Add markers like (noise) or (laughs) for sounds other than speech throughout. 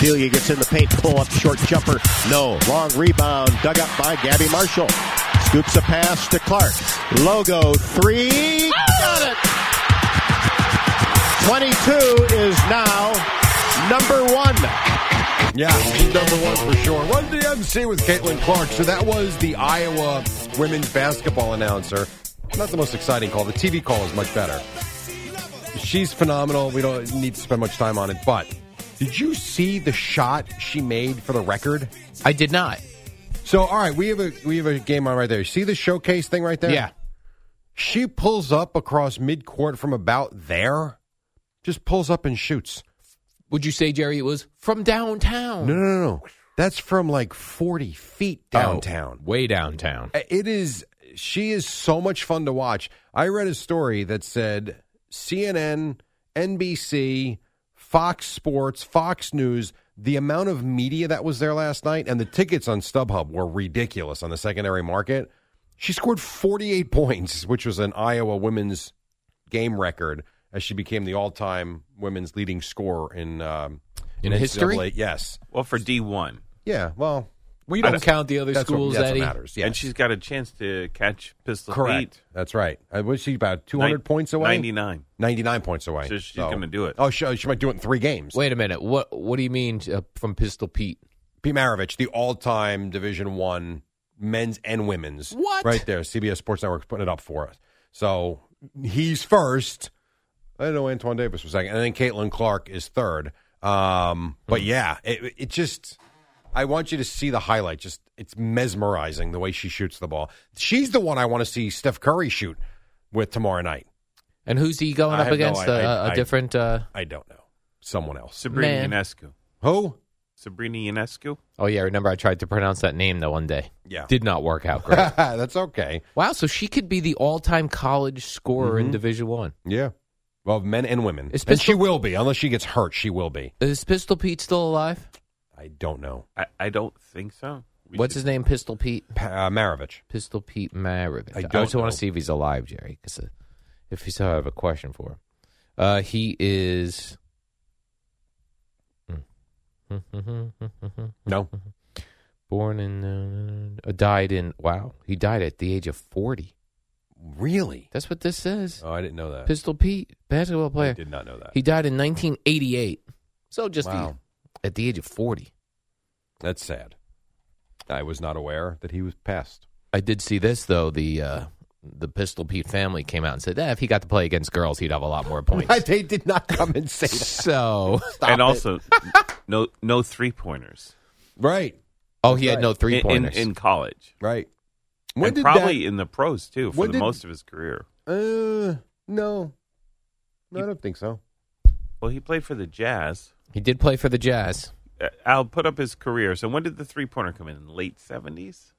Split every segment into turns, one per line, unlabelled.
Delia gets in the paint, pull up, short jumper. No. Long rebound, dug up by Gabby Marshall. Scoops a pass to Clark. Logo three. Got it! 22 is now number one.
Yeah, she's number one for sure. Run DMC with Caitlin Clark. So that was the Iowa women's basketball announcer. Not the most exciting call. The TV call is much better. She's phenomenal. We don't need to spend much time on it, but did you see the shot she made for the record?
I did not.
So, all right, we have a we have a game on right there. See the showcase thing right there?
Yeah.
She pulls up across midcourt from about there. Just pulls up and shoots.
Would you say, Jerry, it was from downtown?
No, no, no, no. That's from like 40 feet downtown.
Oh, way downtown.
It is she is so much fun to watch. I read a story that said CNN, NBC, Fox Sports, Fox News, the amount of media that was there last night and the tickets on StubHub were ridiculous on the secondary market. She scored 48 points, which was an Iowa women's game record as she became the all-time women's leading scorer in um,
In
NCAA.
history?
Yes.
Well, for D one,
Yeah, well,
We
I
don't
don't-
count the other
that's what,
schools,
that's
Eddie.
what matters. Yes.
and she's got a chance to catch Pistol
correct.
Pete.
That's right. Uh, was she about 200
Nin-
points away?
99.
99 points away.
So she's gonna do it.
Oh, she, she might do it in three games.
Wait a minute. What What do you mean uh, from Pistol Pete?
Pete Maravich, the all-time Division One men's and women's.
What?
Right there, CBS Sports Network's putting it up for us. So he's first. I know Antoine Davis was second, and then Caitlin Clark is third. Um, but
Hmm.
yeah, it, it just. I want you to see the highlight. Just it's mesmerizing the way she shoots the ball. She's the one I want to see Steph Curry shoot with tomorrow night.
And who's he going
I
up
have no
against?
idea.
A-
I-
a
I-
different. Uh,
I don't know someone else.
Sabrina
Man.
Ionescu.
Who?
Sabrina Ionescu.
oh, yeah. Remember, I tried to pronounce that name that one day.
Yeah,
Did not work out great.
(laughs) that's okay.
wow. So she could be the all time college scorer
Mm-hmm.
in Division One.
Yeah. Well, men and women.
Is
and she
Pistol-
will be, unless she gets hurt, she will be.
Is Pistol Pete still alive?
I don't know.
I, I don't think so. We
What's
should-
his name? Pistol Pete.
Pa- uh, Maravich.
Pistol Pete Maravich.
I
I,
don't
also want
know.
to see if he's alive, Jerry, because uh, if he's, I have a question for him. Uh, he is. hmm.
(laughs) No.
(laughs) Born in, uh, died in. Wow, he died at the age of forty.
Really?
That's what this says.
Oh, I didn't know that.
Pistol Pete, basketball
I
player.
did not know that.
He died in 1988. So just the-
Wow.
at the age of forty.
That's sad. I was not aware that he was passed.
I did see this though. The uh, the Pistol Pete family came out and said, eh, if he got to play against girls, he'd have a lot
(laughs)
more points.
they did not come
(laughs)
and say
so
and also, no no three pointers
(laughs) Right,
(laughs) Oh, he had
Right.
no three
in, in,
pointers.
in college.
right.
and probably in the pros too for
when
the
did-
most of his career.
that? Uh, no. No, I don't think so.
Well, he played for the Jazz.
he did play for the Jazz.
Uh, I'll put up his career. So when did the three pointer come in? Late seventies.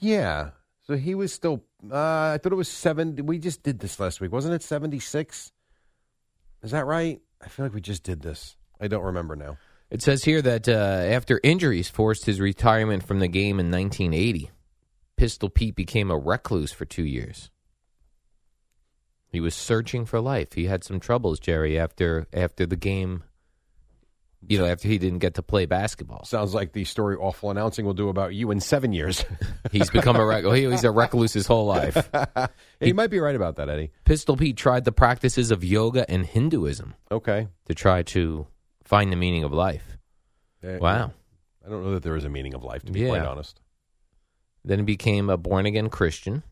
Yeah. So he was still. Uh, I thought it was seven. We just did this last week, wasn't it? Seventy six. Is that right? I feel like we just did this. I don't remember now.
It says here that uh, after injuries forced his retirement from the game in 1980, Pistol Pete became a recluse for two years. He was searching for life. He had some troubles, Jerry, after after the game you know, after he didn't get to play basketball.
Sounds like the story awful announcing will do about you in seven years. (laughs)
He's become a rec- he- he's a recluse his whole (laughs) life.
you might be right about that, Eddie.
Pistol Pete tried the practices of yoga and Hinduism
Okay.
to try to find the meaning of life.
Uh,
Wow.
I don't know that there is a meaning of life, to be
Yeah.
quite honest.
Then he became a born again Christian.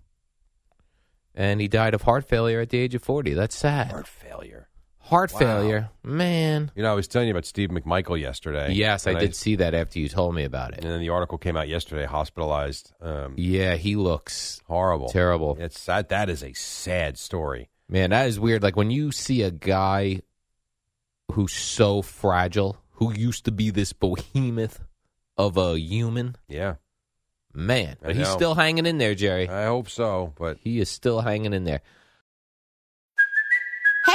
And he died of heart failure at the age of 40. That's sad. Heart,
failure. Wow.
failure. Man.
You know, I was telling you about Steve McMichael yesterday.
Yes, I
and
did see that after you told me about
And
it.
then the article came out yesterday, hospitalized. Um,
Yeah, he looks
Horrible.
terrible.
It's that. That is a sad story.
Man, that is weird. Like when you see a guy who's so fragile, who used to be this behemoth of a human,
Yeah,
man,
I
but he's
know. Uh.
still hanging in there, Jerry.
I hope so. But
He is still hanging in there.
Hey,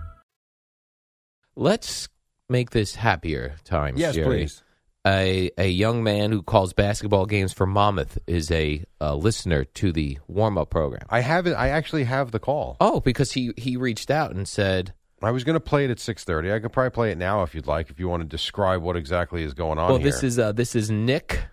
Let's make this happier times,
yes,
Jerry.
please.
A, a young man who calls basketball games for Monmouth is a, uh listener to the warm up program.
I have it. I actually have the call.
Oh, because he, he reached out and said,
I was going to play it at six thirty. I could probably play it now if you'd like. If you want to describe what exactly is going on.
Well, this
here.
is uh, this is Nick.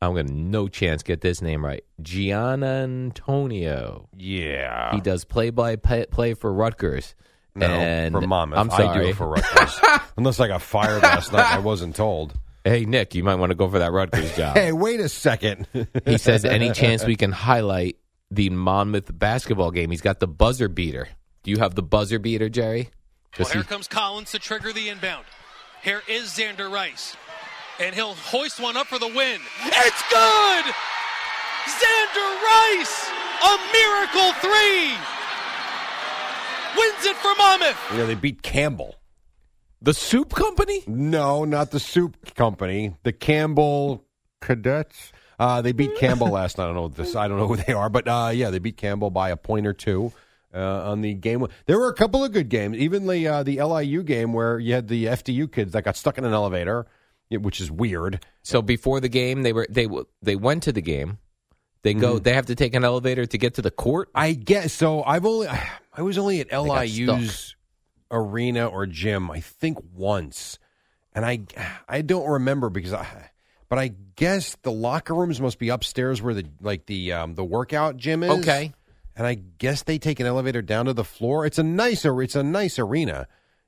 I'm gonna no chance get this name right. Gianantonio.
yeah.
He does play by play, play for Rutgers.
no,
and
for Monmouth.
I'm sorry.
I do it for Rutgers. Unless I got fired last night, I wasn't told.
hey Nick, you might want to go for that Rutgers job.
Hey, wait a second.
He says any chance we can highlight the Monmouth basketball game. He's got the buzzer beater. Do you have the buzzer beater, Jerry?
Well,
Does
here
he-
comes Collins to trigger the inbound. Here is Xander Rice. And he'll hoist one up for the win. It's good! Xander Rice! A miracle three! Wins it for Monmouth!
yeah, they beat Campbell.
the soup company?
No, not the soup company. The Campbell Cadets. Uh, they beat Campbell last night. I don't know this. I don't know who they are, but uh, yeah, they beat Campbell by a point or two uh, on the game. There were a couple of good games. Even the uh, the LIU game where you had the FDU kids that got stuck in an elevator, yeah, which is weird.
So before the game, they were they w- they went to the game. They go.
Mm-hmm.
They have to take an elevator to get to the court.
I guess so. I've only (sighs) I was only at
got
LIU's arena or gym, I think once, and I (sighs) I don't remember because I. But I guess the locker rooms must be upstairs where the like the um, the workout gym is.
Okay.
and I guess they take an elevator down to the floor. It's a nice ar- it's a nice arena,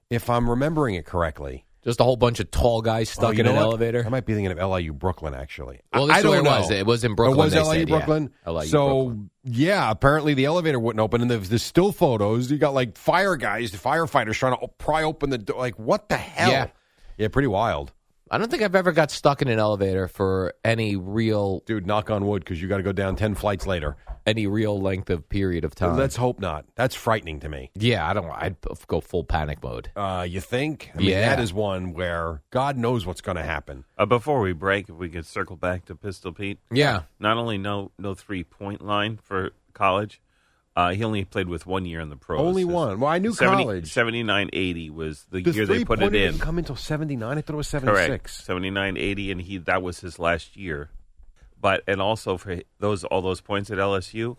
if I'm remembering it correctly.
Just a whole bunch of tall guys
Oh,
stuck
you
in
know
an
what?
elevator.
I might be thinking of LIU Brooklyn actually.
Well,
I-
this
I
is where
don't
it was.
know.
It was in Brooklyn,
It was
they
LIU
said, yeah.
Brooklyn.
LIU
so
Brooklyn.
yeah, apparently the elevator wouldn't open, and there's, there's still photos. You got like fire guys, firefighters trying to o- pry open the door. Like what the hell?
Yeah.
yeah, pretty wild,
I don't think I've ever got stuck in an elevator for any real
dude. Knock on wood because you got to go down ten flights later.
any real length of period of time.
Let's hope not. That's frightening to me.
yeah, I don't. I'd p- go full panic mode.
Uh, you think? I mean,
Yeah.
that is one where God knows what's going to happen.
Uh, before we break, if we could circle back to Pistol Pete,
Yeah,
not only no no three point line for college, uh, he only played with one year in the pros.
Only one. Well, I knew college.
79 80 was the,
The
year they put it
three-pointer
in.
didn't come until seventy nine. I thought it was seventy
Correct.
six.
79 80 and he that was his last year. But and also for those all those points at LSU,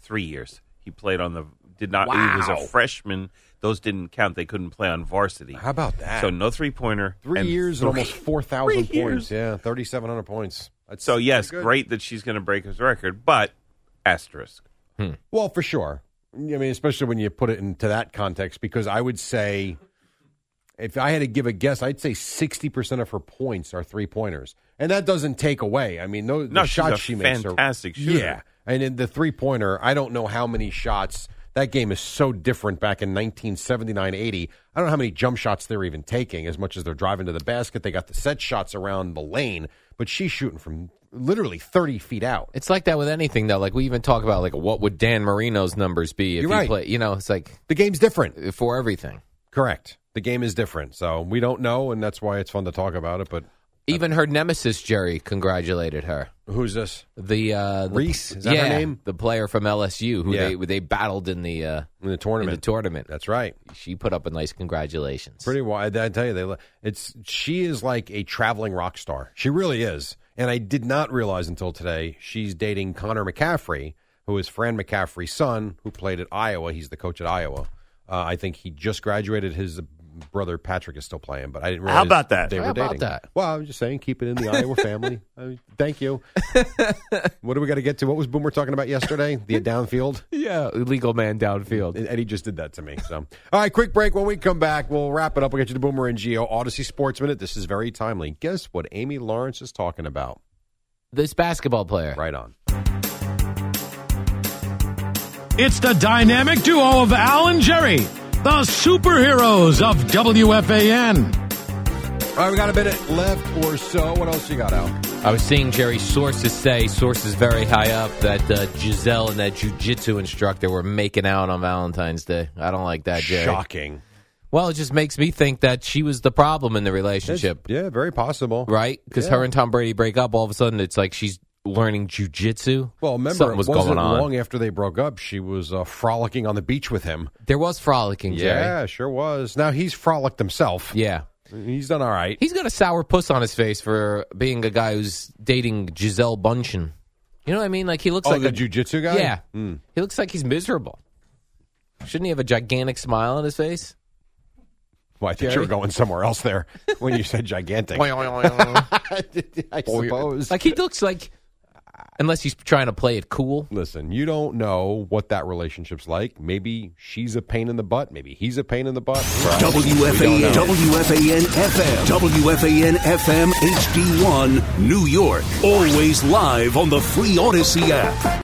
3 years. He played on the did not he was
Wow.
a freshman. Those didn't count. They couldn't play on varsity.
How about that?
So no three-pointer.
Three
and
years and
three-
almost 4,000
(laughs) three
points.
years.
Yeah, 3,700 points. That's
So yes,
pretty good.
great that she's going to break his record, but asterisk.
Well, for sure. I mean, especially when you put it into that context, because I would say, if I had to give a guess, I'd say 60% of her points are three pointers. And that doesn't take away. I mean, those,
No,
the
she's
shots
a
she makes are
fantastic shooter.
Yeah. And in the three pointer, I don't know how many shots. That game is so different back in 1979 80. I don't know how many jump shots they're even taking as much as they're driving to the basket. They got the set shots around the lane, but she's shooting from literally 30 feet out.
it's like that with anything though. Like we even talk about like what would Dan Marino's numbers be if
You're
he
right.
play- You know, it's like
The game's different.
for everything.
Correct. The game is different. So we don't know, and that's why it's fun to talk about it. But
Even her nemesis Jerry congratulated her.
Who's this?
The, uh, the-
Reese? Is that her
yeah,
name?
The player from LSU who
Yeah.
they they battled in the uh,
In the
in
tournament.
the tournament.
That's right.
She put up a nice congratulations.
Pretty wide. I tell you, they. li- It's she is like a traveling rock star. She really is. And I did not realize until today she's dating Connor McCaffrey, who is Fran McCaffrey's son, who played at Iowa. He's the coach at Iowa. Uh, I think he just graduated. His brother Patrick is still playing, but I didn't. realize
How about that?
They were
How about
dating.
that?
Well, I was just saying, keep it in the
(laughs)
Iowa family. I mean, thank you. what do we got to get to? What was Boomer talking about yesterday? The downfield.
yeah, legal man downfield.
And Eddie just did that to me. So, all right, quick break. When we come back, we'll wrap it up. We'll get you to Boomer and Geo Odyssey Sports Minute. This is very timely. Guess what Amy Lawrence is talking about?
This basketball player.
Right on.
It's the dynamic duo of Al and Jerry, the superheroes of WFAN.
All right, we got a minute left or so. What else you got out?
I was seeing Jerry's sources say, sources very high up, that uh, Giselle and that jujitsu instructor were making out on Valentine's Day. I don't like that, Jerry.
Shocking.
Well, it just makes me think that she was the problem in the relationship,
Yeah, very possible.
right? Because her and Tom Brady break up. All of a sudden, it's like she's learning jujitsu.
Well, remember,
something was
it wasn't
going on.
long after they broke up. She was uh, frolicking on the beach with him.
There was frolicking, Jerry.
Yeah, sure was. Now he's frolicked himself.
Yeah.
He's done all right.
He's got a sour puss on his face for being a guy who's dating Giselle Bundchen. You know what I mean? Like he looks
oh,
like
the
a
jujitsu guy? Hmm.
Yeah. He looks like he's miserable. Shouldn't he have a gigantic smile on his face?
Well, I think you were going somewhere else there when you said
(laughs)
gigantic. (laughs) (laughs)
like
I suppose.
he looks like unless he's trying to play it cool.
Listen, you don't know what that relationship's like. Maybe she's a pain in the butt. Maybe he's a pain in the butt.
WFAN, WFAN FM, WFAN FM HD1, New York. Always live on the free Odyssey app.